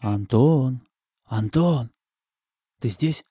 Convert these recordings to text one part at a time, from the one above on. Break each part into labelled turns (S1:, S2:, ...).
S1: Антон, Антон, ты здесь?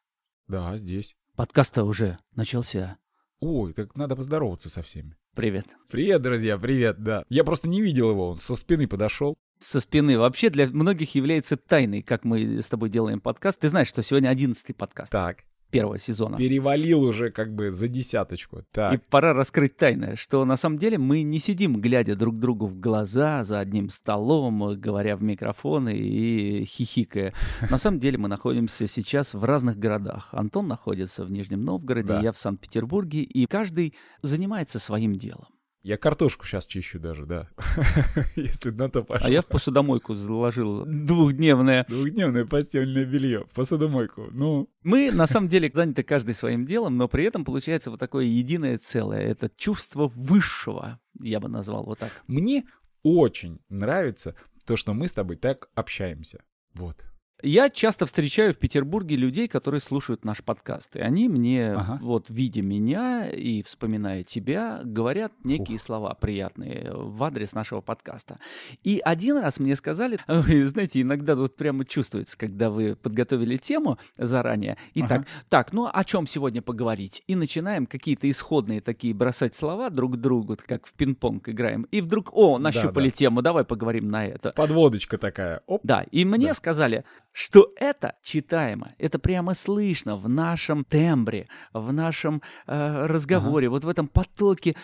S2: Да, здесь.
S1: Подкаст-то уже начался.
S2: Ой, так надо поздороваться со всеми.
S1: Привет.
S2: Привет, друзья, привет, да. Я просто не видел его, он со спины подошел.
S1: Со спины вообще для многих является тайной, как мы с тобой делаем подкаст. Ты знаешь, что сегодня одиннадцатый подкаст
S2: Так,
S1: первого сезона.
S2: перевалил уже как бы за десяточку.
S1: И
S2: Так,
S1: пора раскрыть тайны, что на самом деле мы не сидим, глядя друг другу в глаза, за одним столом, э, говоря в микрофоны и хихикая. На самом деле мы находимся сейчас в разных городах. Антон находится в Нижнем Новгороде,
S2: Да.
S1: я в Санкт-Петербурге, и каждый занимается своим делом.
S2: я картошку сейчас чищу даже, да. Если на то пошло.
S1: А я в посудомойку заложил двухдневное.
S2: Двухдневное постельное белье в посудомойку. Ну,
S1: Мы, на самом деле, заняты каждый своим делом, но при этом получается вот такое единое целое. Это чувство высшего, я бы назвал вот так.
S2: мне очень нравится то, что мы с тобой так общаемся. Вот.
S1: Я часто встречаю в Петербурге людей, которые слушают наш подкаст. И они мне,
S2: Ага.
S1: вот видя меня и вспоминая тебя, говорят некие слова приятные в адрес нашего подкаста. И один раз мне сказали, «Ой, знаете, иногда вот прямо чувствуется, когда вы подготовили тему заранее. И
S2: Ага.
S1: так, так, ну о чем сегодня поговорить? И начинаем какие-то исходные такие бросать слова друг другу, как в пинг-понг играем. И вдруг, о, нащупали тему, давай поговорим на это.
S2: Подводочка такая. Оп.
S1: Да, и мне
S2: Да.
S1: сказали, что это читаемо, это прямо слышно в нашем тембре, в нашем э, разговоре, вот в этом потоке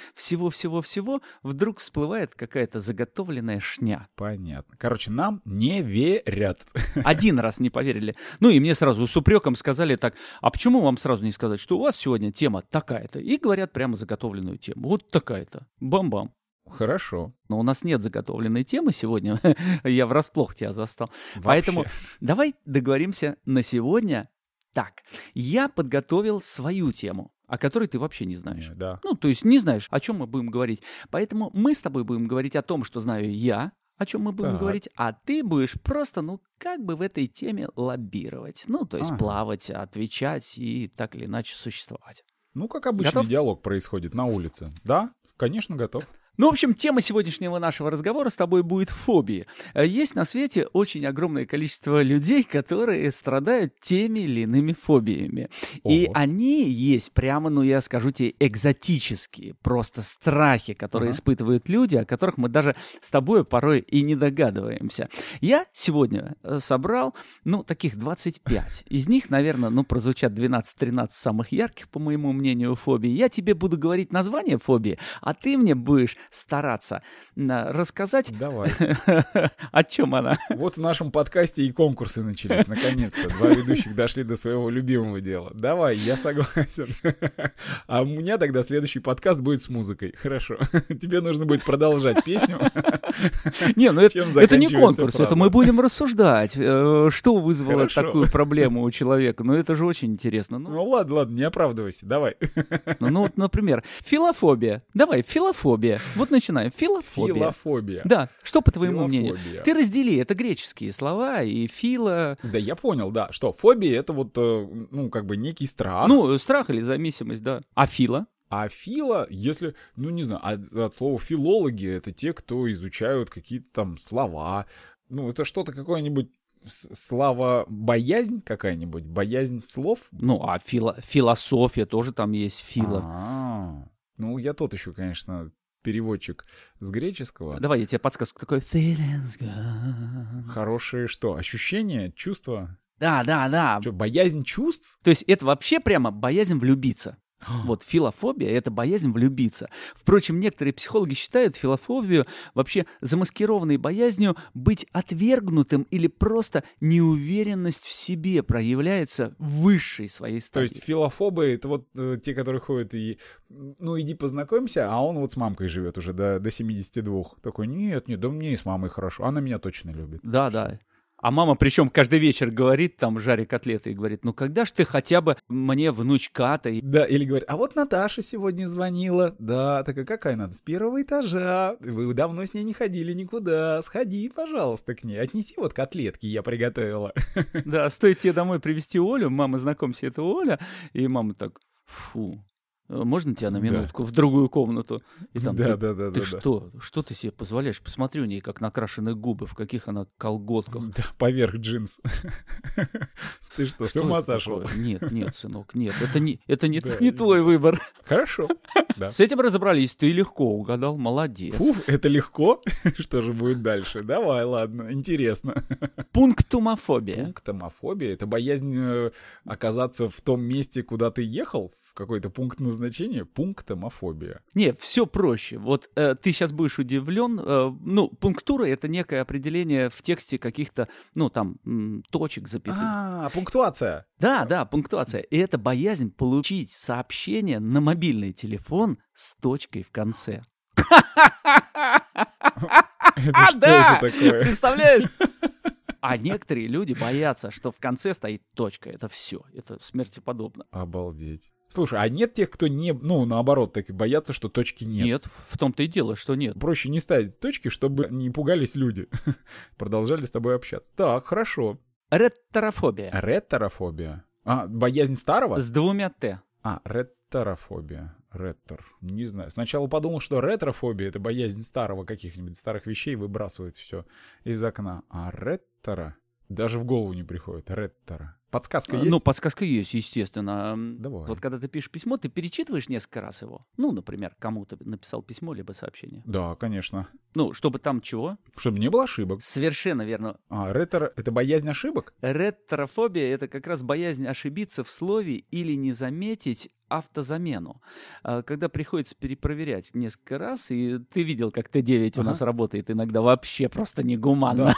S1: всего-всего-всего вдруг всплывает какая-то заготовленная шня.
S2: Понятно. Короче, нам не верят.
S1: Один раз не поверили. Ну и мне сразу с упреком сказали так, а почему вам сразу не сказать, что у вас сегодня тема такая-то? И говорят прямо заготовленную тему, вот такая-то, бам-бам.
S2: Хорошо.
S1: Но у нас нет заготовленной темы сегодня. Я врасплох тебя застал. Поэтому
S2: Вообще.
S1: давай договоримся на сегодня так. Я подготовил свою тему, о которой ты вообще не знаешь.
S2: Да.
S1: Ну, то есть не знаешь, о чем мы будем говорить. Поэтому мы с тобой будем говорить о том, что знаю я, о чем мы будем
S2: Так.
S1: говорить, а ты будешь просто, ну, как бы в этой теме лоббировать. Ну, то есть
S2: Ага.
S1: плавать, отвечать и так или иначе существовать.
S2: Ну, как обычно,
S1: Готов?
S2: диалог происходит на улице. Да, конечно, готов.
S1: Ну, в общем, тема сегодняшнего нашего разговора с тобой будет фобии. Э, Есть на свете очень огромное количество людей, которые страдают теми или иными фобиями. И
S2: Ого.
S1: они есть прямо, ну, я скажу тебе, экзотические, просто страхи, которые
S2: Ага.
S1: испытывают люди, о которых мы даже с тобой порой и не догадываемся. Я сегодня э, собрал, ну, таких 25. Из них, наверное, ну, прозвучат 12-13 самых ярких, по моему мнению, фобий. Я тебе буду говорить название фобии, а ты мне будешь стараться на- рассказать,
S2: Давай.
S1: о чем она.
S2: Вот в нашем подкасте и конкурсы начались, наконец-то. Два ведущих дошли до своего любимого дела. Давай, я согласен. А у меня тогда следующий подкаст будет с музыкой. Хорошо. Тебе нужно будет продолжать песню.
S1: Не, ну это,
S2: Чем
S1: это не
S2: заканчивается
S1: конкурс, это
S2: фраза?
S1: мы будем рассуждать, э, что вызвало
S2: Хорошо.
S1: такую проблему у человека. Ну это же очень интересно. Ну,
S2: Ну ладно, ладно, не оправдывайся. Давай.
S1: ну, ну вот, например, филофобия. Давай, филофобия. Вот начинаем. Филофобия.
S2: Филофобия.
S1: Да, что по твоему мнению?
S2: Филофобия.
S1: Ты раздели, это греческие слова и фило,
S2: Да я понял, да, что фобия это вот, э, ну, как бы некий страх.
S1: ну, страх или зависимость, да. А фило?
S2: А фила, если, ну не знаю, от, от слова филологи, это те, кто изучают какие-то там слова. Ну, это что-то какое-нибудь с- славобоязнь какая-нибудь, боязнь слов.
S1: Ну, а фило, философия тоже там есть фило.
S2: А, Ну, я тот еще, конечно, переводчик с греческого.
S1: Давай я тебе подсказку. Такое feelings gone.
S2: Хорошие что? Ощущения, чувства?
S1: Да, да, да.
S2: Что, боязнь чувств?
S1: То есть это вообще прямо боязнь влюбиться. Вот филофобия — это боязнь влюбиться. Впрочем, некоторые психологи считают филофобию вообще замаскированной боязнью быть отвергнутым или просто неуверенность в себе проявляется в высшей своей
S2: То
S1: стадии.
S2: есть филофобы это вот э, те, которые ходят и м, ну иди познакомься, а он вот с мамкой живет уже до, до 72. Такой, нет, нет, да мне и с мамой хорошо, она меня точно любит.
S1: Да, да. А мама причем каждый вечер говорит, там, жаря котлеты, и говорит, ну когда ж ты хотя бы мне внучка-то? И-
S2: Да, или говорит, а вот Наташа сегодня звонила. Да, такая, какая надо? С первого этажа. Вы давно с ней не ходили никуда. Сходи, пожалуйста, к ней. Отнеси вот котлетки, я приготовила.
S1: Да, стоит тебе домой привести Олю, мама, знакомься, это Оля. И мама так, фу, э, можно тебя на
S2: Да.
S1: минутку в другую комнату? И там,
S2: да,
S1: ты,
S2: да, да,
S1: ты
S2: да, да.
S1: что? Что ты себе позволяешь? Посмотри у нее, как накрашены губы, в каких она колготках.
S2: Да, поверх джинс. Ты что, с
S1: Что
S2: ума
S1: это
S2: сошел?
S1: такое? Нет, нет, сынок, нет, это не, это не,
S2: Да,
S1: не
S2: и-
S1: твой выбор.
S2: Хорошо. Да.
S1: С этим разобрались, ты легко угадал, молодец.
S2: Фу, это легко. Что же будет дальше? Давай, ладно, интересно.
S1: Пунктумофобия.
S2: Пункт томофобия — это боязнь э, оказаться в том месте, куда ты ехал, в какой-то пункт назначения. Пункт томофобия.
S1: Не, все проще. Вот э, ты сейчас будешь удивлен. э, ну, пунктура это некое определение в тексте каких-то, ну, там, м, точек запятых.
S2: А, пунктуация.
S1: Да, да, пунктуация. И это боязнь получить сообщение на мобильный телефон с точкой в конце.
S2: Это Ну,
S1: А,
S2: что
S1: да!
S2: это такое?
S1: Представляешь? А некоторые люди боятся, что в конце стоит точка. Это все. Это смерти подобно.
S2: Обалдеть. Слушай, а нет тех, кто не, ну, наоборот, так и боятся, что точки нет?
S1: Нет, в том-то и дело, что нет.
S2: Проще не ставить точки, чтобы не пугались люди. Продолжали с тобой общаться. Так, хорошо.
S1: Ретрофобия.
S2: Ретерофобия. А, боязнь старого?
S1: С двумя Т.
S2: А, ретерофобия. Ретор. Не знаю. Сначала подумал, что ретрофобия — это боязнь старого каких-нибудь старых вещей, выбрасывает все из окна. А ретора даже в голову не приходит. Ретора. Подсказка есть?
S1: Ну, подсказка есть, естественно. М,
S2: Давай.
S1: Вот когда ты пишешь письмо, ты перечитываешь несколько раз его. Ну, например, кому-то написал письмо, либо сообщение.
S2: Да, конечно.
S1: Ну, чтобы там чего?
S2: Чтобы не было ошибок.
S1: Совершенно верно.
S2: А, ретор — это боязнь ошибок?
S1: Ретрофобия — это как раз боязнь ошибиться в слове или не заметить автозамену. А, Когда приходится перепроверять несколько раз, и ты видел, как Т9 у
S2: Ага.
S1: нас работает иногда вообще просто негуманно.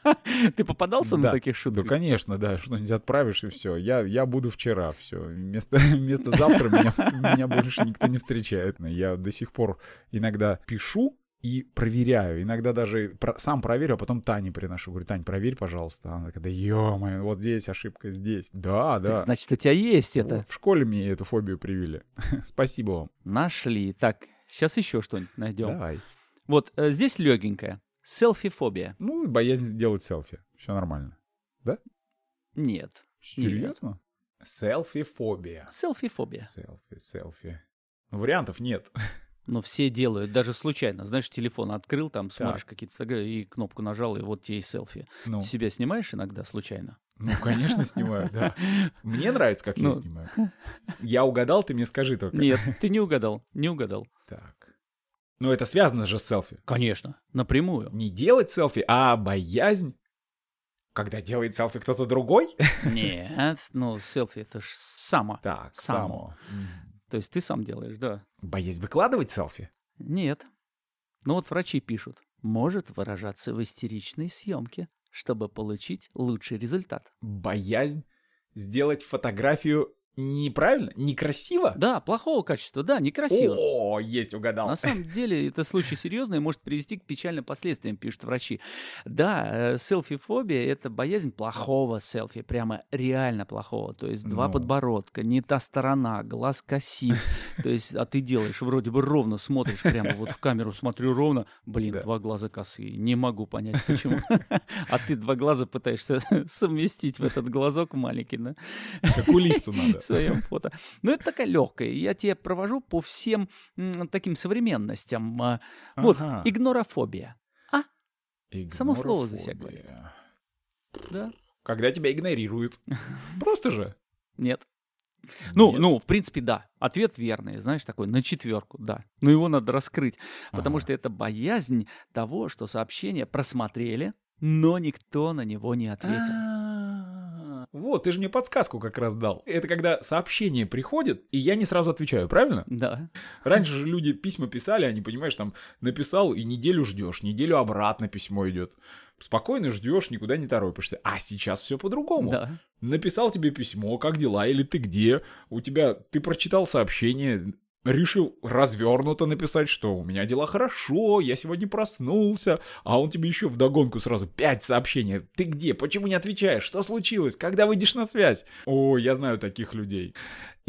S1: Ты попадался
S2: Да.
S1: на таких
S2: Да,
S1: шутках?
S2: Ну, конечно, да, что-нибудь отправишь и все. Я, я буду вчера, все. Вместо, вместо завтра меня, меня больше никто не встречает. Я до сих пор иногда пишу и проверяю. Иногда даже про- сам проверю, а потом Тане приношу. Говорю, Тань, проверь, пожалуйста. Она такая, да ё-моё, вот здесь ошибка, здесь. Да,
S1: Так
S2: да.
S1: Значит, у тебя есть это.
S2: В школе мне эту фобию привили. Спасибо вам.
S1: Нашли. Так, сейчас еще что-нибудь найдем.
S2: Давай.
S1: Вот э, здесь легенькая. Селфифобия.
S2: Ну, и боязнь сделать селфи. Все нормально.
S1: Нет.
S2: Серьезно? Селфи-фобия.
S1: Селфифобия.
S2: Селфи, селфи. Ну, Вариантов нет.
S1: Но все делают, даже случайно. Знаешь, телефон открыл, там смотришь
S2: Так.
S1: какие-то фотографии, и кнопку нажал, и вот тебе и селфи.
S2: Ну.
S1: Себя снимаешь иногда случайно?
S2: Ну, конечно, снимаю, да. Мне нравится, как я
S1: Ну.
S2: снимаю. Я угадал, ты мне скажи только.
S1: Нет, ты не угадал, не угадал.
S2: Так. Ну, это связано же с селфи.
S1: Конечно, напрямую.
S2: Не делать селфи, а боязнь. Когда делает селфи кто-то другой?
S1: Нет, ну селфи это ж само.
S2: Так,
S1: Само.
S2: само. М.
S1: То есть ты сам делаешь, да?
S2: Боязнь выкладывать селфи?
S1: Нет. Ну вот врачи пишут. Может выражаться в истеричной съемке, чтобы получить лучший результат.
S2: Боязнь сделать фотографию неправильно, некрасиво?
S1: Да, плохого качества, да, некрасиво.
S2: О, есть, угадал.
S1: На самом деле, это случай серьезный и может привести к печальным последствиям, пишут врачи. Да, э, селфи-фобия – это боязнь плохого селфи, прямо реально плохого. То есть два
S2: Ну.
S1: подбородка, не та сторона, глаз косит. То есть, а ты делаешь вроде бы ровно, смотришь прямо вот в камеру, смотрю ровно. Блин,
S2: Да.
S1: два глаза косые, не могу понять почему. А ты два глаза пытаешься совместить в этот глазок маленький, да?
S2: Как улисту надо.
S1: в своем фото. Но это такая легкая. Я тебя провожу по всем м, таким современностям. А, Вот,
S2: Ага.
S1: игнорофобия. само слово за себя
S2: Игнорофобия.
S1: Да?
S2: Когда тебя игнорируют. Просто же.
S1: Нет. Ну,
S2: Нет.
S1: ну, в принципе, да. Ответ верный, знаешь, такой на четверку, да. Но его надо раскрыть, потому
S2: Ага.
S1: что это боязнь того, что сообщение просмотрели, но никто на него не ответил.
S2: А, Вот, ты же мне подсказку как раз дал. Это когда сообщение приходит, и я не сразу отвечаю, правильно?
S1: Да.
S2: Раньше же люди письма писали, они, понимаешь, там написал и неделю ждешь, неделю обратно письмо идет. Спокойно ждешь, никуда не торопишься. А сейчас все по-другому.
S1: Да.
S2: Написал тебе письмо, как дела, или ты где? У тебя, ты прочитал сообщение, решил развернуто написать, что у меня дела хорошо, я сегодня проснулся, а он тебе еще вдогонку сразу пять сообщений. Ты где? Почему не отвечаешь? Что случилось? Когда выйдешь на связь? О, я знаю таких людей.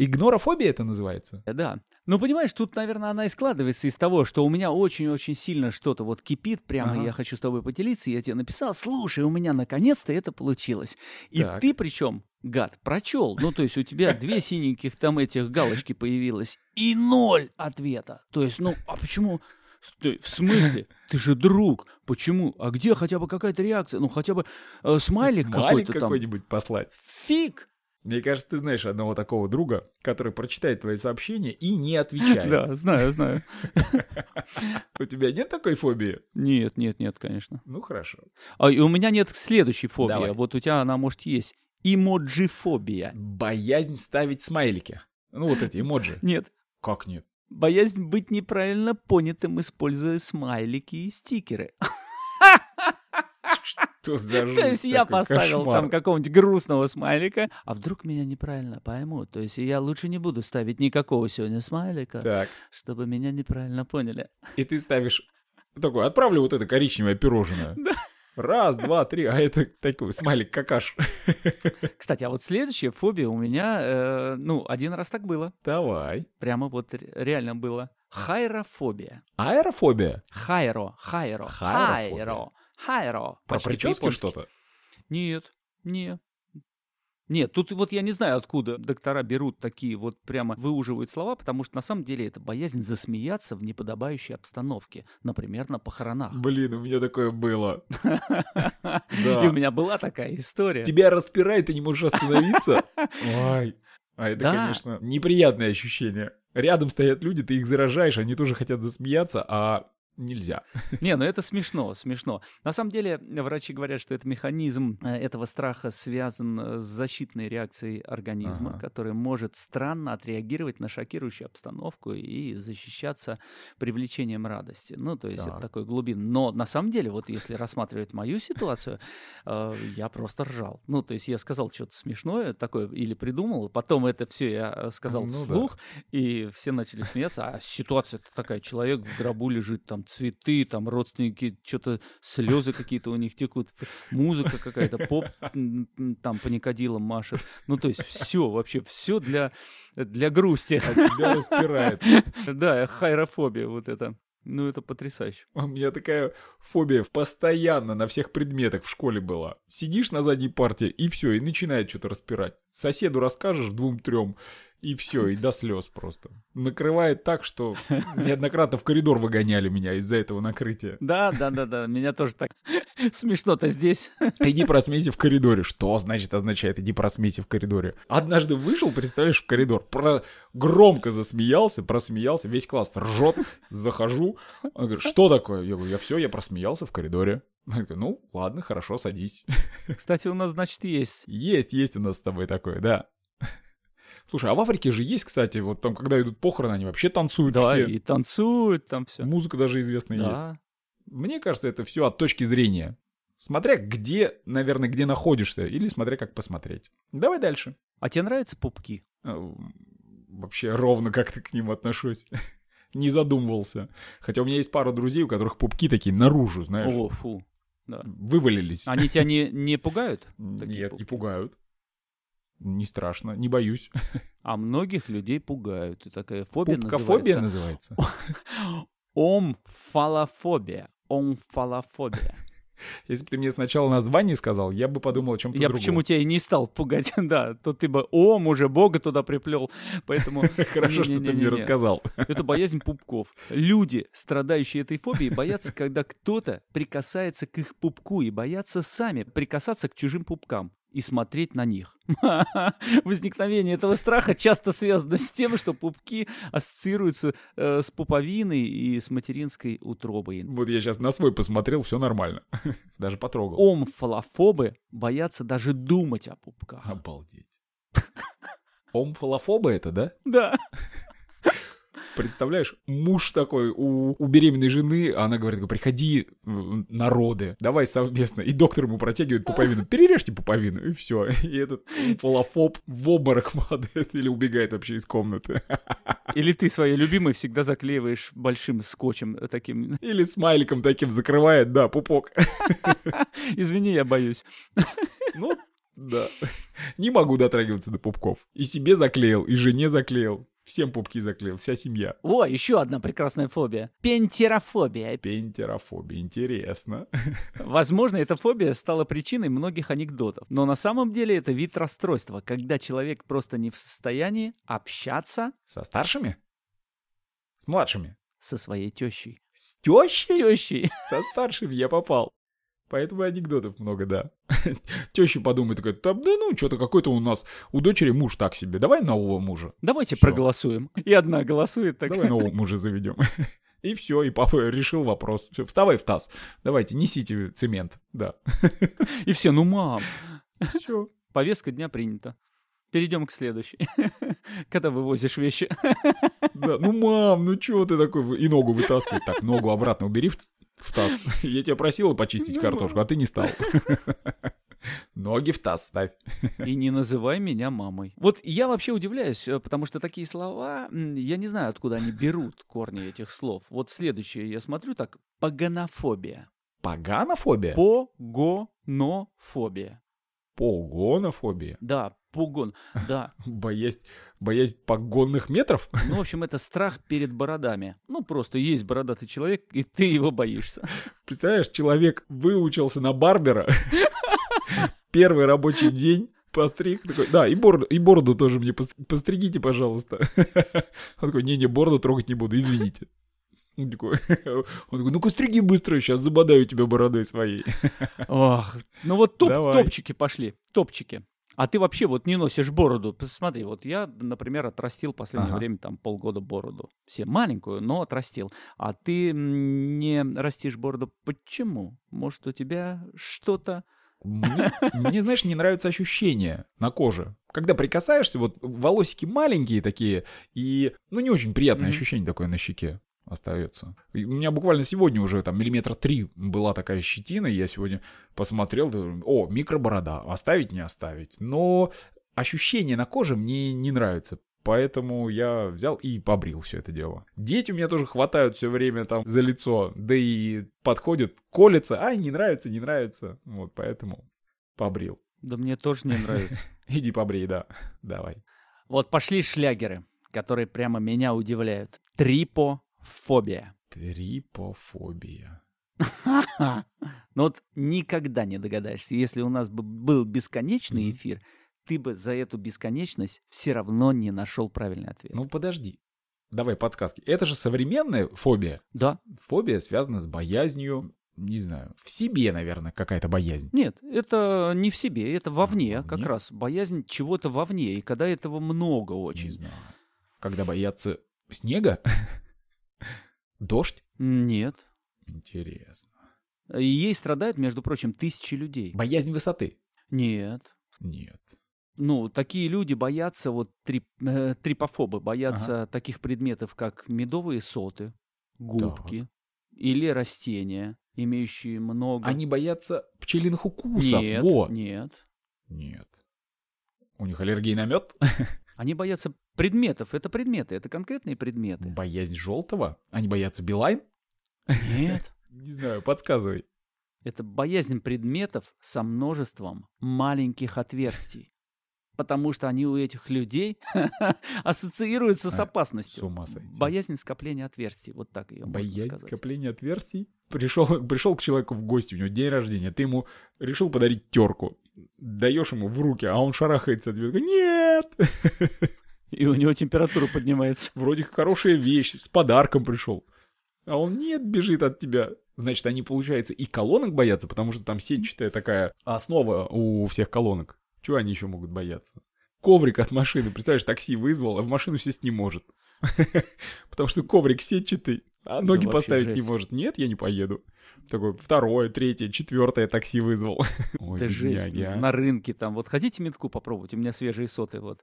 S2: Игнорофобия это называется?
S1: Да. Ну, понимаешь, тут, наверное, она и складывается из того, что у меня очень-очень сильно что-то вот кипит прямо,
S2: Ага.
S1: я хочу с тобой поделиться, и я тебе написал, слушай, у меня наконец-то это получилось. И
S2: Так.
S1: ты причем, гад, прочел, ну, то есть у тебя две синеньких там этих галочки появилось, и ноль ответа. То есть, ну, а почему... Стой, В смысле? Ты же друг. Почему? А где хотя бы какая-то реакция? Ну, хотя бы э, смайлик, какой-то там.
S2: какой-нибудь послать.
S1: Фиг!
S2: Мне кажется, ты знаешь одного такого друга, который прочитает твои сообщения и не отвечает.
S1: Да, знаю, знаю.
S2: У тебя нет такой фобии?
S1: Нет, нет, нет, конечно.
S2: Ну хорошо.
S1: А и у меня нет следующей фобии.
S2: Давай.
S1: Вот у тебя она, может, есть. Эмоджифобия.
S2: Боязнь ставить смайлики. Ну вот эти эмоджи.
S1: Нет.
S2: Как нет?
S1: Боязнь быть неправильно понятым, используя смайлики и стикеры.
S2: Что за
S1: То
S2: жуть,
S1: есть я
S2: такой
S1: поставил
S2: кошмар.
S1: там какого-нибудь грустного смайлика, а вдруг меня неправильно поймут. То есть я лучше не буду ставить никакого сегодня смайлика,
S2: Так.
S1: чтобы меня неправильно поняли.
S2: И ты ставишь такой, отправлю вот это коричневое пирожное. Раз, два, три, а это такой смайлик какаш.
S1: Кстати, а вот следующая фобия у меня, э, ну, один раз так было.
S2: Давай.
S1: Прямо вот ре- реально было. Хайрофобия.
S2: Аэрофобия.
S1: Хайро, хайро,
S2: Хайрофобия.
S1: хайро, хайро.
S2: Про
S1: Почти
S2: прически
S1: по-японски.
S2: что-то.
S1: Нет, нет. Нет, тут вот я не знаю, откуда доктора берут такие вот прямо выуживают слова, потому что на самом деле это боязнь засмеяться в неподобающей обстановке, например, на похоронах.
S2: Блин, у меня такое было.
S1: И у меня была такая история.
S2: Тебя распирает, ты не можешь остановиться. Ой. А это,
S1: Да.
S2: конечно, неприятное ощущение. Рядом стоят люди, ты их заражаешь, они тоже хотят засмеяться, а нельзя.
S1: Не, ну это смешно, смешно. На самом деле врачи говорят, что это механизм э, этого страха связан э, с защитной реакцией организма,
S2: Ага.
S1: который может странно отреагировать на шокирующую обстановку и защищаться привлечением радости. Ну, то есть
S2: Так.
S1: это такой глубин. Но на самом деле, вот если рассматривать мою ситуацию, э, я просто ржал. Ну, то есть я сказал что-то смешное такое или придумал, потом это все я э, сказал
S2: Ну да.
S1: вслух, и все начали смеяться, а ситуация такая, человек в гробу лежит, там цветы, там родственники, что-то слезы какие-то у них текут, музыка какая-то, поп м, м, там паникодилом машет. Ну, то есть все, вообще все для, для грусти.
S2: А тебя распирает.
S1: Да, э, хайрофобия вот это. Ну, это потрясающе.
S2: У меня такая фобия постоянно на всех предметах в школе была. Сидишь на задней парте, и все, и начинает что-то распирать. Соседу расскажешь двум-трем, и все, и до слез просто. Накрывает так, что неоднократно в коридор выгоняли меня из-за этого накрытия.
S1: Да, да, да, да, меня тоже так смешно-то здесь.
S2: Иди просмейся в коридоре. Что значит означает иди просмейся в коридоре? Однажды вышел, представляешь, в коридор, про... громко засмеялся, просмеялся, весь класс ржет, захожу. Он говорит, что такое? Я говорю, я все, я просмеялся в коридоре. Она говорит, ну ладно, хорошо, садись.
S1: Кстати, у нас, значит, есть.
S2: Есть, есть у нас с тобой такое, да. Слушай, а в Африке же есть, кстати, вот там, когда идут похороны, они вообще танцуют
S1: Да,
S2: все.
S1: и танцуют там все.
S2: Музыка даже известная есть.
S1: Да,
S2: Мне кажется, это все от точки зрения. Смотря где, наверное, где находишься, или смотря как посмотреть. Давай дальше.
S1: А тебе нравятся пупки?
S2: Э, Вообще ровно как-то к ним отношусь. Не задумывался. Хотя у меня есть пара друзей, у которых пупки такие наружу, знаешь,
S1: О, фу. да.
S2: вывалились.
S1: Они тебя не, не пугают? такие
S2: Нет, не
S1: пупки.
S2: пугают. Не страшно, не боюсь.
S1: А многих людей пугают. И такая фобия
S2: Пупкофобия
S1: называется
S2: называется.
S1: омфалофобия. Омфалофобия.
S2: Если бы ты мне сначала название сказал, я бы подумал о чем-то
S1: Я
S2: другом.
S1: почему тебя и не стал пугать, да, то ты бы ом уже бога туда приплел, поэтому...
S2: Хорошо, что ты мне
S1: Не-не-не-не-не.
S2: рассказал.
S1: Это боязнь пупков. Люди, страдающие этой фобией, боятся, когда кто-то прикасается к их пупку и боятся сами прикасаться к чужим пупкам и смотреть на них. Возникновение этого страха часто связано с тем, что пупки ассоциируются э, с пуповиной и с материнской утробой.
S2: Вот я сейчас на свой посмотрел, все нормально. Даже потрогал.
S1: Омфалофобы боятся даже думать о пупках.
S2: Обалдеть. Омфалофобы это, да?
S1: Да.
S2: Представляешь, муж такой у, у беременной жены, а она говорит, приходи м, народы, давай совместно. И доктор ему протягивает пуповину, перережьте пуповину, и все. И этот фалофоб в обморок падает или убегает вообще из комнаты.
S1: Или ты свои любимые всегда заклеиваешь большим скотчем э, таким.
S2: Или смайликом таким закрывает, да, пупок.
S1: Извини, я боюсь.
S2: Ну, Да. Не могу дотрагиваться до пупков. И себе заклеил, и жене заклеил. Всем пупки заклеил, вся семья.
S1: О, еще одна прекрасная фобия. Пентерофобия.
S2: Пентерофобия, интересно.
S1: Возможно, эта фобия стала причиной многих анекдотов. Но на самом деле это вид расстройства, когда человек просто не в состоянии общаться
S2: Со старшими? С младшими?
S1: со своей тещей.
S2: С
S1: С
S2: тещей?
S1: тещей.
S2: Со старшими я попал. Поэтому и анекдотов много, да. Теща подумает, такая, «Та, да ну, что-то какой-то у нас, у дочери муж так себе, давай нового мужа.
S1: Давайте
S2: Всё.
S1: проголосуем. И одна голосует так.
S2: Давай нового мужа заведем. И все, и папа решил вопрос. Все, вставай в таз. Давайте, несите цемент. Да.
S1: И все, ну мам,
S2: Все.
S1: повестка дня принята. Перейдем к следующей. Когда вывозишь вещи.
S2: Да. Ну, мам, ну чего ты такой? вы- И ногу вытаскивай. Так, ногу обратно убери в, ц- в таз. Я тебя просила почистить
S1: Ну,
S2: картошку, а ты не стал. Ноги в таз ставь.
S1: И не называй меня мамой. Вот я вообще удивляюсь, э, потому что такие слова, м, я не знаю, откуда они берут корни этих слов. Вот следующее я смотрю так. Паганофобия.
S2: Поганофобия?
S1: Погонофобия.
S2: Погонофобия.
S1: Да, погон. Да.
S2: Боясь, боясь погонных метров?
S1: Ну, в общем, это страх перед бородами. Ну, просто есть бородатый человек, и ты его боишься.
S2: Представляешь, человек выучился на барбера. Первый рабочий день. Постриг такой, да, и бороду, и бороду тоже мне пос- постригите, пожалуйста. Он такой, не-не, бороду трогать не буду, извините. Он такой, он такой, ну-ка стриги быстро, сейчас забодаю тебя бородой своей.
S1: Ох, ну вот топ-
S2: Давай.
S1: топчики пошли, топчики. А ты вообще вот не носишь бороду. Посмотри, вот я, например, отрастил в последнее
S2: Ага.
S1: время там полгода бороду. Все маленькую, но отрастил. А ты м, не растишь бороду. Почему? Может, у тебя что-то...
S2: Мне, мне, знаешь, не нравится ощущение на коже. Когда прикасаешься, вот волосики маленькие такие, и, ну, не очень приятное
S1: Мгм.
S2: ощущение такое на щеке остается. И у меня буквально сегодня уже там миллиметра три была такая щетина, и я сегодня посмотрел, думаю, о, микроборода, оставить не оставить. Но ощущение на коже мне не нравится. Поэтому я взял и побрил все это дело. Дети у меня тоже хватают все время там за лицо, да и подходят, колятся, ай, не нравится, не нравится. Вот поэтому побрил.
S1: Да мне тоже не нравится.
S2: Иди побрей, да. Давай.
S1: Вот пошли шлягеры, которые прямо меня удивляют. Трипофобия.
S2: Трипофобия.
S1: Ха-ха. Ну вот никогда не догадаешься. Если у нас бы был бесконечный
S2: Мгм.
S1: эфир, ты бы за эту бесконечность все равно не нашел правильный ответ.
S2: Ну подожди. Давай подсказки. Это же современная фобия.
S1: да,
S2: Фобия связана с боязнью, не знаю, в себе, наверное, какая-то боязнь.
S1: нет, это не в себе, это вовне, как
S2: Вовне?
S1: раз. Боязнь чего-то вовне, и когда этого много
S2: Не
S1: очень.
S2: знаю. Когда боятся снега? Дождь?
S1: Нет.
S2: Интересно.
S1: И ей страдают, между прочим, тысячи людей.
S2: Боязнь высоты?
S1: Нет.
S2: Нет.
S1: Ну, такие люди боятся, вот трип- э, трипофобы, боятся таких предметов, как медовые соты, губки или растения, имеющие много...
S2: Они боятся пчелиных укусов.
S1: нет,
S2: Во.
S1: нет.
S2: Нет. У них аллергия на мед?
S1: Они боятся предметов. Это предметы, это конкретные предметы.
S2: Боязнь желтого? Они боятся билайн?
S1: Нет.
S2: Не знаю, подсказывай.
S1: Это боязнь предметов со множеством маленьких отверстий. Потому что они у этих людей ассоциируются с
S2: А,
S1: опасностью.
S2: С ума сойти.
S1: Боязнь скопления отверстий. Вот так ее
S2: Боязнь
S1: можно сказать.
S2: скопления отверстий. Пришел, пришел к человеку в гости, у него день рождения, ты ему решил подарить терку. Даешь ему в руки, а он шарахается от тебя. такой, Нет!
S1: И у него температура поднимается.
S2: Вроде как хорошая вещь, с подарком пришел. А он нет, бежит от тебя. Значит, они, получается, и колонок боятся, потому что там сетчатая такая основа у всех колонок. Чего они еще могут бояться? Коврик от машины. Представляешь, такси вызвал, а в машину сесть не может. Потому что коврик сетчатый, а
S1: Да
S2: ноги
S1: вообще
S2: поставить не
S1: жесть.
S2: может. Нет, я не поеду. Такой второе, третье, четвертое такси вызвал. Ой,
S1: Это жесть.
S2: бедняги, а.
S1: На рынке там. Вот хотите метку попробовать? У меня свежие соты. Вот.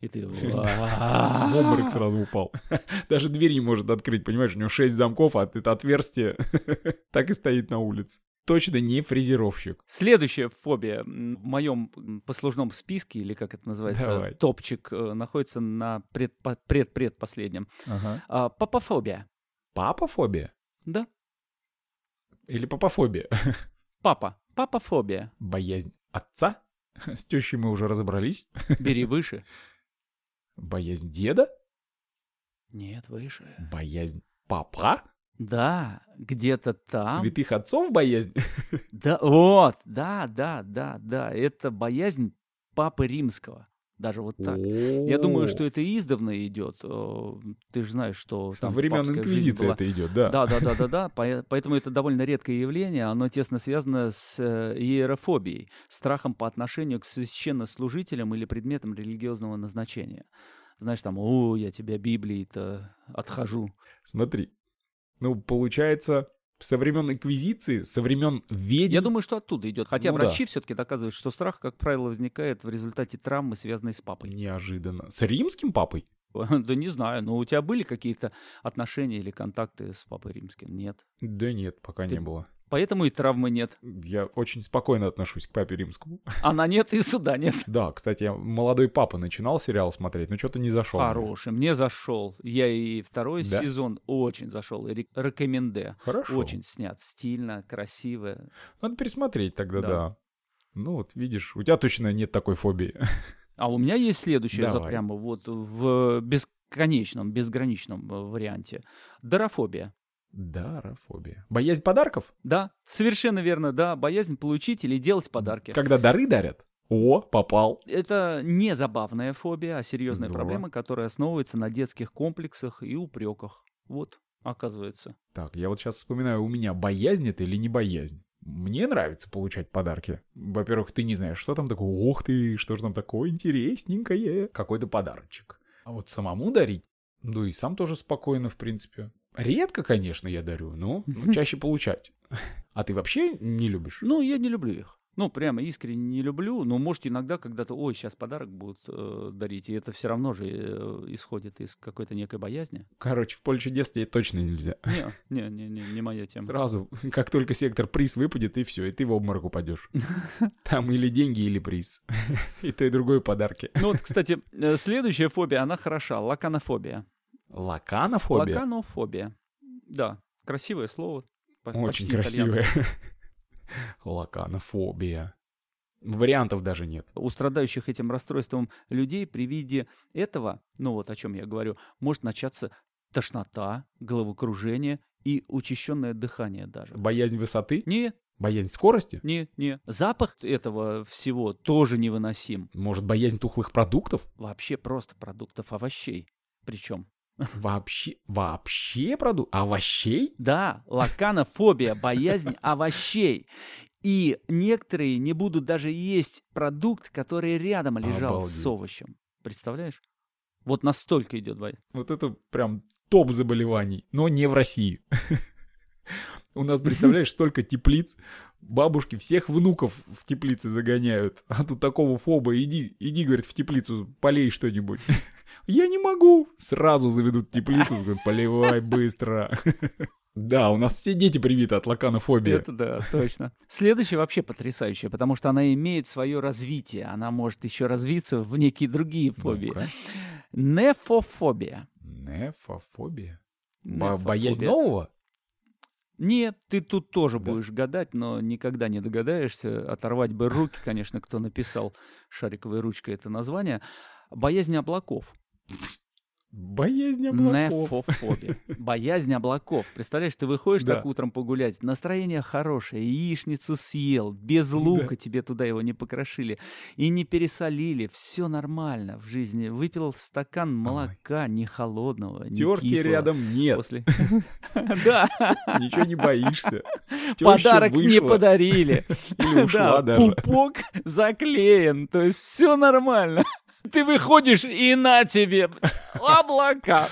S1: И ты...
S2: В обморок сразу упал. Даже дверь не может открыть, понимаешь? У него шесть замков, а это отверстие так и стоит на улице. Точно не фрезеровщик.
S1: Следующая фобия м, в моем м, послужном списке, или как это называется,
S2: Давай.
S1: топчик, э, находится на предпо- пред-предпоследнем. А, папафобия.
S2: Папофобия?
S1: Да,
S2: Или папофобия?
S1: папа. Папафобия.
S2: Боязнь отца? С тещей мы уже разобрались.
S1: Бери выше.
S2: Боязнь деда?
S1: Нет, выше.
S2: Боязнь папа?
S1: Да, где-то там.
S2: Святых отцов боязнь?
S1: Да, вот, да, да, да, да. Это боязнь папы римского. Даже вот так. Я думаю, что это издавна идет. Э, Ты же знаешь, что
S2: Во
S1: там
S2: времен
S1: папская жизнь
S2: инквизиции
S1: была.
S2: это идет, да.
S1: Да, да, да, да, да. Пое- Поэтому это довольно редкое явление. Оно тесно связано с э, иерофобией, страхом по отношению к священнослужителям или предметам религиозного назначения. Знаешь, там, о, я тебя Библии-то отхожу.
S2: Смотри. Ну, получается, со времен инквизиции, со времен
S1: Я
S2: ведьм...
S1: думаю, что оттуда идет. Хотя
S2: Ну да.
S1: врачи все-таки доказывают, что страх, как правило, возникает в результате травмы, связанной с папой.
S2: Неожиданно. С римским папой?
S1: Да не знаю, но у тебя были какие-то отношения или контакты с папой римским? Нет.
S2: Да нет, пока
S1: Ты-
S2: не было.
S1: Поэтому и травмы нет.
S2: Я очень спокойно отношусь к папе римскому.
S1: Она нет, и суда нет.
S2: Да, кстати, я молодой папа начинал сериал смотреть, но что-то не зашел.
S1: Хороший, мне зашел. Я и второй
S2: Да?
S1: сезон очень зашел. и рек- Рекоменде.
S2: Хорошо.
S1: Очень снят, стильно, красиво.
S2: Надо пересмотреть тогда,
S1: Да.
S2: да. Ну вот, видишь, у тебя точно нет такой фобии.
S1: А у меня есть следующее, за-
S2: Давай.
S1: прямо вот в бесконечном, безграничном э, варианте. Дорофобия.
S2: Дарофобия. Боязнь подарков?
S1: Да, совершенно верно, да. Боязнь получить или делать подарки.
S2: Когда дары дарят? О, попал.
S1: Это не забавная фобия, а серьезная
S2: Здорово.
S1: проблема, которая основывается на детских комплексах и упреках. Вот, оказывается.
S2: Так, я вот сейчас вспоминаю, у меня боязнь это или не боязнь? Мне нравится получать подарки. Во-первых, ты не знаешь, что там такое. Ох ты, что же там такое интересненькое. Какой-то подарочек. А вот самому дарить, ну и сам тоже спокойно, в принципе. Редко, конечно, я дарю, но ну, чаще получать. А ты вообще не любишь?
S1: Ну, я не люблю их. Ну, прямо искренне не люблю, но, может, иногда когда-то, ой, сейчас подарок будут э, дарить, и это все равно же э, исходит из какой-то некой боязни.
S2: Короче, в поле чудес тебе точно нельзя.
S1: Не, не, не, не, не моя тема.
S2: Сразу, как только сектор приз выпадет, и все, и ты в обморок упадешь. Там или деньги, или приз. И то, и другое подарки.
S1: Ну вот, кстати, э, следующая фобия, она хороша, лаканофобия.
S2: Лаканофобия?
S1: Лаканофобия. Да, красивое слово. по-
S2: Очень
S1: почти итальянское.
S2: красивая. Лаканофобия. Вариантов даже нет.
S1: у страдающих этим расстройством людей при виде этого, ну вот о чем я говорю, может начаться тошнота, головокружение и учащенное дыхание даже.
S2: Боязнь высоты?
S1: Не,
S2: Боязнь скорости?
S1: не, не. Запах этого всего тоже невыносим.
S2: Может, боязнь тухлых продуктов?
S1: Вообще просто продуктов овощей. Причем.
S2: Вообще, вообще продуктов? Овощей?
S1: Да, лаканофобия, боязнь овощей. И некоторые не будут даже есть продукт, который рядом лежал
S2: Обалдеть.
S1: с овощем. Представляешь? Вот настолько идет боязнь.
S2: Вот это прям топ заболеваний, но не в России. У нас, представляешь, столько теплиц, бабушки всех внуков в теплицы загоняют. А тут такого фоба, иди, иди, говорит, в теплицу, полей что-нибудь. Я не могу. Сразу заведут в теплицу, говорят, поливай быстро. Да, у нас все дети привиты от лаканофобии.
S1: Это да, точно. Следующая вообще потрясающая, потому что она имеет свое развитие. Она может еще развиться в некие другие фобии.
S2: Ну-ка.
S1: Нефофобия.
S2: Нефофобия? Бо-
S1: Нефофобия.
S2: Боязнь нового?
S1: Не, ты тут тоже
S2: Да.
S1: будешь гадать, но никогда не догадаешься. Оторвать бы руки, конечно, кто написал шариковой ручкой это название. Боязнь облаков.
S2: Боязнь облаков.
S1: Нефофобия. Боязнь облаков. Представляешь, ты выходишь
S2: Да.
S1: так утром погулять, настроение хорошее, яичницу съел, без
S2: Да.
S1: лука тебе туда его не покрошили и не пересолили, все нормально в жизни. Выпил стакан молока, не холодного, не
S2: Терки
S1: кислого.
S2: рядом нет.
S1: После. Да,
S2: Ничего не боишься. Тёща
S1: подарок не
S2: вышла
S1: подарили.
S2: Или ушла
S1: да,
S2: даже.
S1: пупок заклеен, то есть все нормально. Ты выходишь и на тебе облака.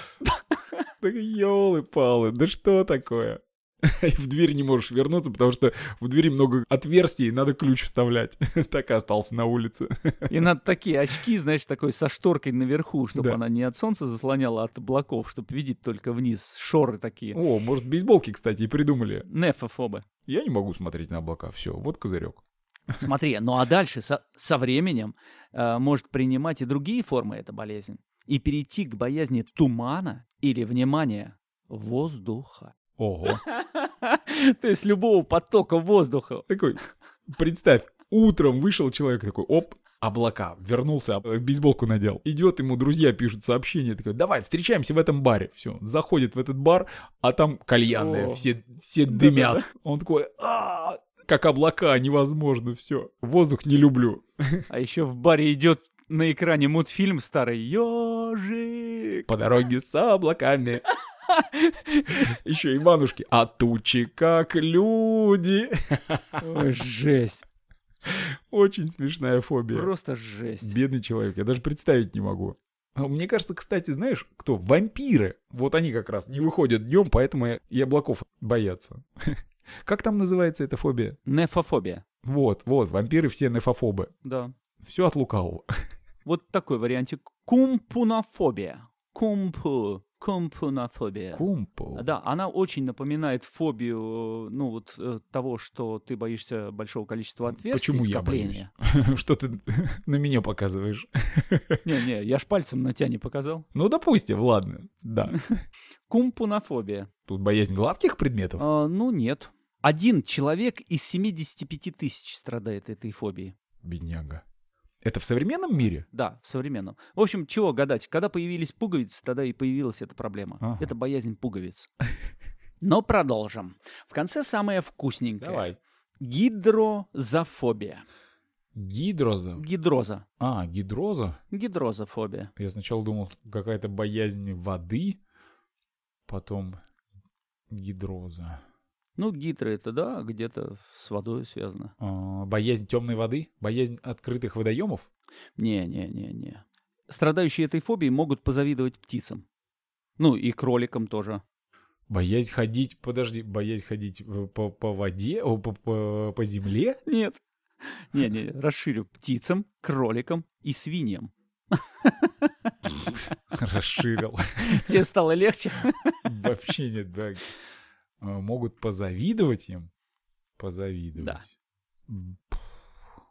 S2: Так елы-палы, да что такое? И в дверь не можешь вернуться, потому что в двери много отверстий, и надо ключ вставлять. Так и остался на улице.
S1: И надо такие очки, знаешь, такой со шторкой наверху, чтобы
S2: Да.
S1: она не от солнца заслоняла, а от облаков, чтобы видеть только вниз. Шоры такие.
S2: О, может, бейсболки, кстати, и придумали.
S1: Нефофобы.
S2: Я не могу смотреть на облака, все, вот козырек.
S1: Смотри, ну а дальше со, со временем э, может принимать и другие формы эта болезнь. И перейти к боязни тумана или, внимание, воздуха.
S2: Ого.
S1: То есть любого потока воздуха.
S2: Такой, представь, Утром вышел человек такой, оп, облака, вернулся, а, э, бейсболку надел. Идет ему, друзья пишут сообщение, такой, давай, встречаемся в этом баре. Все, заходит в этот бар, а там кальянная,
S1: О.
S2: все, все дымят. Он такой, «А, как облака, невозможно, все. Воздух не люблю.
S1: А еще в баре идет на экране мультфильм старый Ёжик.
S2: По дороге с облаками. Еще Иванушки. А тучи как люди.
S1: Ой, жесть.
S2: Очень смешная фобия.
S1: Просто жесть.
S2: Бедный человек, я даже представить не могу. А Мне кажется, кстати, знаешь, кто? Вампиры. Вот они как раз не выходят днем, поэтому и- и облаков боятся. Как там называется эта фобия?
S1: Нефофобия.
S2: Вот, вот, вампиры все нефофобы.
S1: Да.
S2: Все от лукавого.
S1: Вот такой вариантик. Кумпунофобия. Кумпу. Кумпунофобия.
S2: Кумпу.
S1: А, Да, она очень напоминает фобию, э, ну вот э, того, что ты боишься большого количества отверстий.
S2: Почему я
S1: скопления.
S2: Что ты на меня показываешь?
S1: Не, не, я ж пальцем на тебя не показал.
S2: Ну, допустим, ладно. Да.
S1: Кумпунофобия.
S2: Тут боязнь гладких предметов.
S1: А, ну нет. Один человек из 75 тысяч страдает этой фобией.
S2: Бедняга. Это в современном мире?
S1: Да, в современном. В общем, чего гадать? Когда появились пуговицы, тогда и появилась эта проблема.
S2: Ага.
S1: Это боязнь пуговиц. Но продолжим. В конце самое вкусненькое. Гидрозофобия.
S2: Гидроза.
S1: Гидроза.
S2: А, гидроза.
S1: Гидрозофобия.
S2: Я сначала думал, какая-то боязнь воды, потом гидроза.
S1: Ну, гидро это, да, где-то с водой связано.
S2: А, боязнь темной воды? Боязнь открытых водоемов?
S1: Не-не-не-не. Страдающие этой фобией могут позавидовать птицам. Ну, и кроликам тоже.
S2: Боязнь ходить, подожди, боязнь ходить в- по, по воде, о, по, по- по земле?
S1: Нет. Не-не, расширю. Птицам, кроликам и свиньям.
S2: Расширил.
S1: Тебе стало легче?
S2: Вообще нет, да. А, Могут позавидовать им? Позавидовать. М,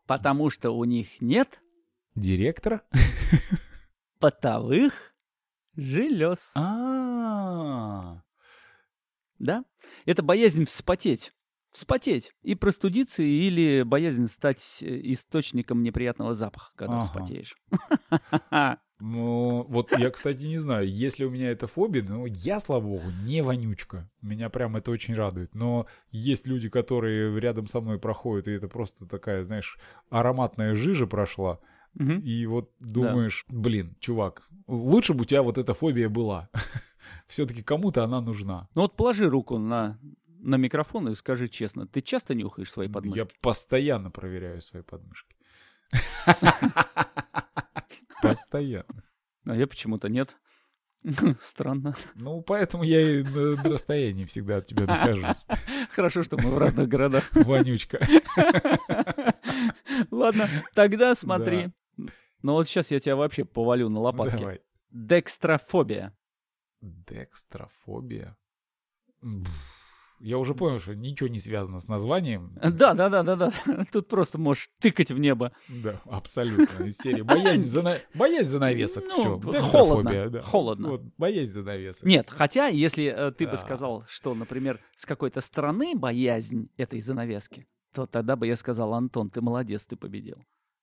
S1: Потому что у них нет
S2: Директора?
S1: потовых желез.
S2: А,
S1: Да? Это боязнь вспотеть. Вспотеть и простудиться, или боязнь стать э, источником неприятного запаха, когда
S2: Ага.
S1: вспотеешь.
S2: Ну, вот я, кстати, не знаю, если у меня это фобия, но я, слава богу, не вонючка. Меня прям это очень радует. Но есть люди, которые рядом со мной проходят, и это просто такая, знаешь, ароматная жижа прошла.
S1: Мгм.
S2: И вот думаешь, блин, чувак, лучше бы у тебя вот эта фобия была. Все-таки кому-то она нужна.
S1: Ну вот положи руку на, на микрофон и скажи честно, ты часто нюхаешь свои подмышки?
S2: Я постоянно проверяю свои подмышки. Постоянно.
S1: А я почему-то нет. Странно.
S2: Ну, поэтому я и на на расстоянии всегда от тебя нахожусь.
S1: Хорошо, что мы в разных городах.
S2: Вонючка.
S1: Ладно, тогда смотри. Ну вот сейчас я тебя вообще повалю на
S2: Ну,
S1: лопатки.
S2: Давай.
S1: Декстрофобия.
S2: Декстрофобия. Бф. Я уже понял, что ничего не связано с названием.
S1: Да, да, да, да, да. Тут просто можешь тыкать в небо.
S2: Да, абсолютно. Из серии боязнь, зана... боязнь занавесок.
S1: Ну,
S2: Всё,
S1: б-
S2: декстрофобия,
S1: холодно,
S2: да.
S1: холодно.
S2: Вот, боязнь занавесок.
S1: Нет, хотя, если э, ты
S2: Да.
S1: бы сказал, что, например, с какой-то стороны боязнь этой занавески, то тогда бы я сказал, Антон, ты молодец, ты победил.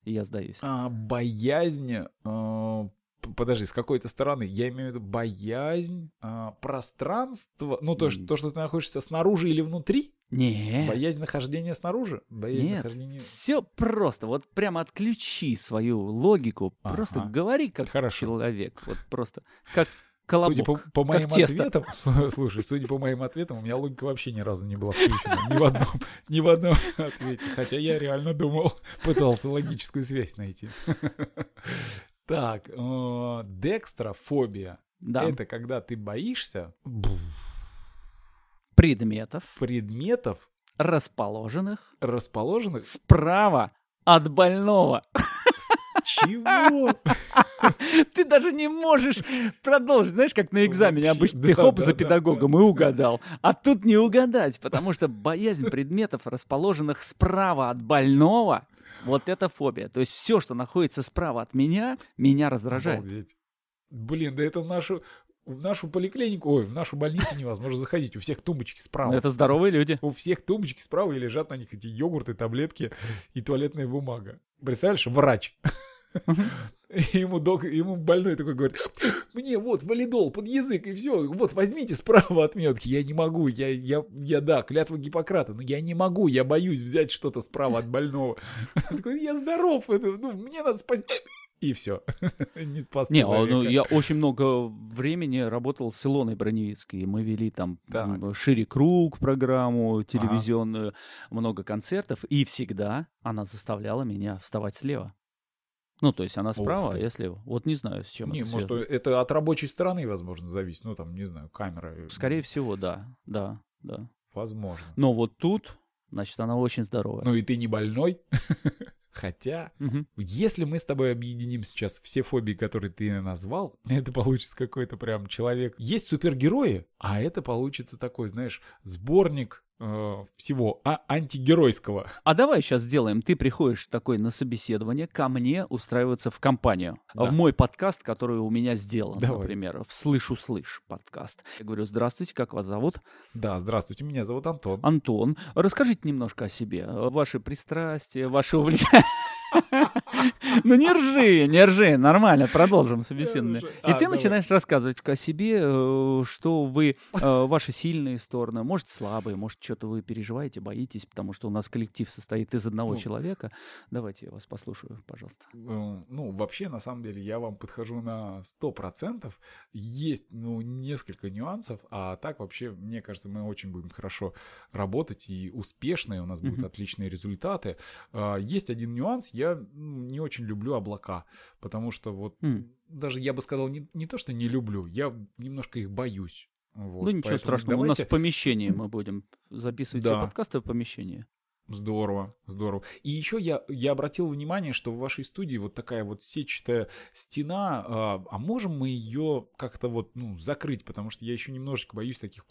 S1: И я сдаюсь.
S2: А, боязнь... э, п- Подожди, с какой-то стороны? Я имею в виду боязнь а, пространства, ну то, что,
S1: М.
S2: то, что ты находишься снаружи или внутри,
S1: Нет,
S2: боязнь нахождения снаружи, боязнь
S1: Нет.
S2: нахождения...
S1: все просто. Вот прямо отключи свою логику. Просто
S2: Ага.
S1: говори как
S2: Хорошо.
S1: человек. Вот просто как
S2: Судя
S1: колобок.
S2: по, по моим
S1: тесто.
S2: ответам, с- слушай, судя по моим ответам, у меня логика вообще ни разу не была включена. Ни в одном, ни в одном ответе. Хотя я реально думал, пытался логическую связь найти. Так, э, декстрофобия.
S1: Да.
S2: Это когда ты боишься б,
S1: Предметов,
S2: предметов,
S1: расположенных
S2: расположенных...
S1: справа от больного.
S2: Чего?
S1: Ты даже не можешь продолжить. Знаешь, как на экзамене
S2: Вообще,
S1: обычно
S2: да,
S1: ты хоп
S2: да,
S1: за
S2: да,
S1: педагогом
S2: да.
S1: и угадал. А тут не угадать, потому что боязнь предметов, расположенных справа от больного, вот это фобия. То есть все, что находится справа от меня, меня раздражает.
S2: Обалдеть. Блин, да это нашу в нашу поликлинику, ой, в нашу больницу невозможно заходить. У всех тумбочки справа.
S1: Ну, Это здоровые люди.
S2: У всех тумбочки справа и лежат на них эти йогурты, таблетки и туалетная бумага. Представляешь, врач. И Ему, док, ему больной такой говорит, мне вот валидол под язык и все, вот возьмите справа от меня. Я такой, Я не могу, я, я, я да, клятва Гиппократа, но я не могу, я боюсь взять что-то справа от больного. Он Такой, я здоров, это, ну, мне надо спасти. И все. Не спас
S1: Не, а,
S2: человека.
S1: ну, я очень много времени работал с Илоной Броневицкой, и мы вели там м, «Шире круг» программу телевизионную, много концертов, и всегда она заставляла меня вставать слева. Ну, то есть она справа, а
S2: ты.
S1: я слева. Вот не знаю, с чем
S2: Не,
S1: это
S2: может,
S1: связано.
S2: это от рабочей стороны, возможно, зависит. Ну, там, не знаю, камера. э,
S1: Скорее всего, да, да, да.
S2: Возможно.
S1: Но вот тут, значит, она очень здоровая.
S2: Ну и ты не больной. Хотя,
S1: Мгм.
S2: если мы с тобой объединим сейчас все фобии, которые ты назвал, это получится какой-то прям человек. Есть супергерои, а это получится такой, знаешь, сборник э, всего а антигеройского.
S1: А давай сейчас сделаем. Ты приходишь такой на собеседование ко мне устраиваться в компанию.
S2: Да.
S1: В мой подкаст, который у меня сделан,
S2: Давай.
S1: например. В «Слышу-слышь» подкаст. Я говорю, здравствуйте, как вас зовут?
S2: Да, здравствуйте, меня зовут
S1: А,
S2: Антон.
S1: Антон. Расскажите немножко о себе. э, Ваши пристрастия, ваши увлечения. Ну не ржи, не ржи, нормально, продолжим собеседование.
S2: ржу.
S1: И
S2: А,
S1: ты
S2: давай.
S1: начинаешь рассказывать о себе, э, что вы, э, ваши сильные стороны, может, слабые, может, что-то вы переживаете, боитесь, потому что у нас коллектив состоит из одного
S2: Ну.
S1: человека. Давайте я вас послушаю, пожалуйста.
S2: Э, Ну, вообще, на самом деле, я вам подхожу на 100%. Есть, ну, несколько нюансов, а так вообще, мне кажется, мы очень будем хорошо работать и успешные, у нас будут
S1: Мгм.
S2: отличные результаты. А, Есть один нюанс, я ну, не очень люблю облака, потому что вот
S1: М.
S2: даже я бы сказал не, не то, что не люблю, я немножко их боюсь. Вот,
S1: Ну ничего
S2: поэтому
S1: страшного, у нас
S2: давайте-
S1: в помещении мы будем записывать все
S2: Да.
S1: подкасты в помещении.
S2: Здорово, здорово. И еще я, я обратил внимание, что в вашей студии вот такая вот сетчатая стена, а, а можем мы ее как-то вот ну, закрыть, потому что я еще немножечко боюсь таких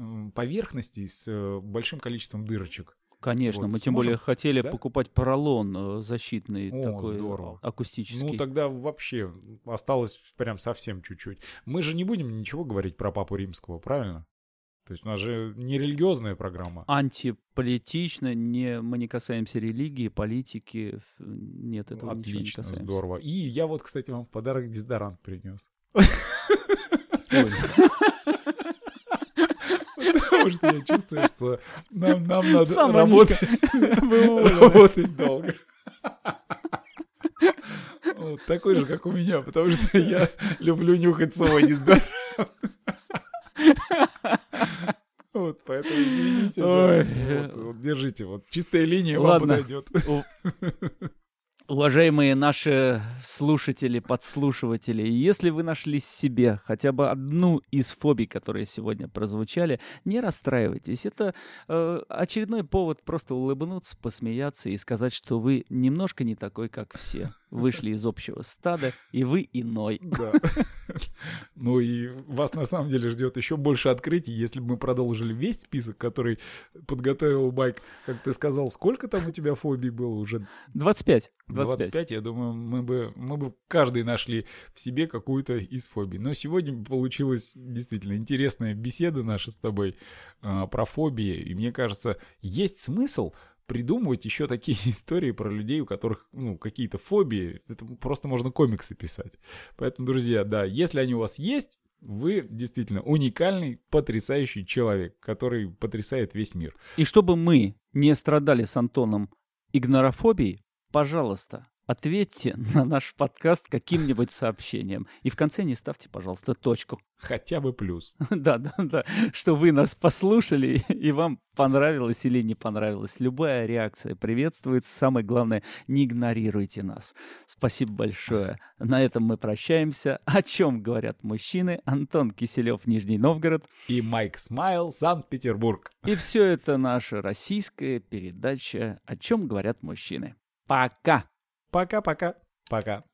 S2: м, поверхностей с э, большим количеством дырочек.
S1: Конечно,
S2: Вот,
S1: мы тем
S2: сможем?
S1: более хотели
S2: Да?
S1: покупать поролон э, защитный
S2: О,
S1: такой
S2: здорово.
S1: а- акустический.
S2: Ну тогда вообще осталось прям совсем чуть-чуть. Мы же не будем ничего говорить про папу римского, правильно? То есть у нас же не религиозная программа.
S1: антиполитично, не, мы не касаемся религии, политики, ф- нет, этого ничего не
S2: Отлично,
S1: касаемся.
S2: здорово. И я вот, кстати, вам в подарок дезодорант принес.
S1: Ой,
S2: Потому что я чувствую, что нам, нам надо
S1: Самое
S2: работать,
S1: вы уволены.
S2: работать долго. Вот такой же, как у меня, потому что я люблю нюхать свой нездоров. Вот, поэтому извините. да.
S1: Ой.
S2: Вот, вот, держите, вот чистая линия
S1: Ладно.
S2: вам подойдет.
S1: Уважаемые наши слушатели, подслушиватели, если вы нашли себе хотя бы одну из фобий, которые сегодня прозвучали, не расстраивайтесь. Это э, очередной повод просто улыбнуться, посмеяться и сказать, что вы немножко не такой, как все. Вышли из общего стада, и вы иной.
S2: Да. Ну и вас на самом деле ждет еще больше открытий, если бы мы продолжили весь список, который подготовил Байк. Как ты сказал, сколько там у тебя фобий было уже?
S1: 25. 25.
S2: 25, я думаю, мы бы, мы бы каждый нашли в себе какую-то из фобий. Но сегодня получилась действительно интересная беседа наша с тобой а, про фобии. И мне кажется, есть смысл придумывать еще такие истории про людей, у которых ну, какие-то фобии. Это просто можно комиксы писать. Поэтому, друзья, да, если они у вас есть, вы действительно уникальный, потрясающий человек, который потрясает весь мир.
S1: И чтобы мы не страдали с Антоном игнорофобией, пожалуйста, ответьте на наш подкаст каким-нибудь сообщением. И в конце не ставьте, пожалуйста, точку.
S2: Хотя бы плюс.
S1: Да, да, да. Что вы нас послушали, и вам понравилось или не понравилось. Любая реакция приветствуется. Самое главное, не игнорируйте нас. Спасибо большое. На этом мы прощаемся. О чем говорят мужчины? Антон Киселев, Нижний Новгород.
S2: И Майк Смайл, Санкт-Петербург.
S1: И все это наша российская передача «О чем говорят мужчины». Пока!
S2: Пока-пока. Пока.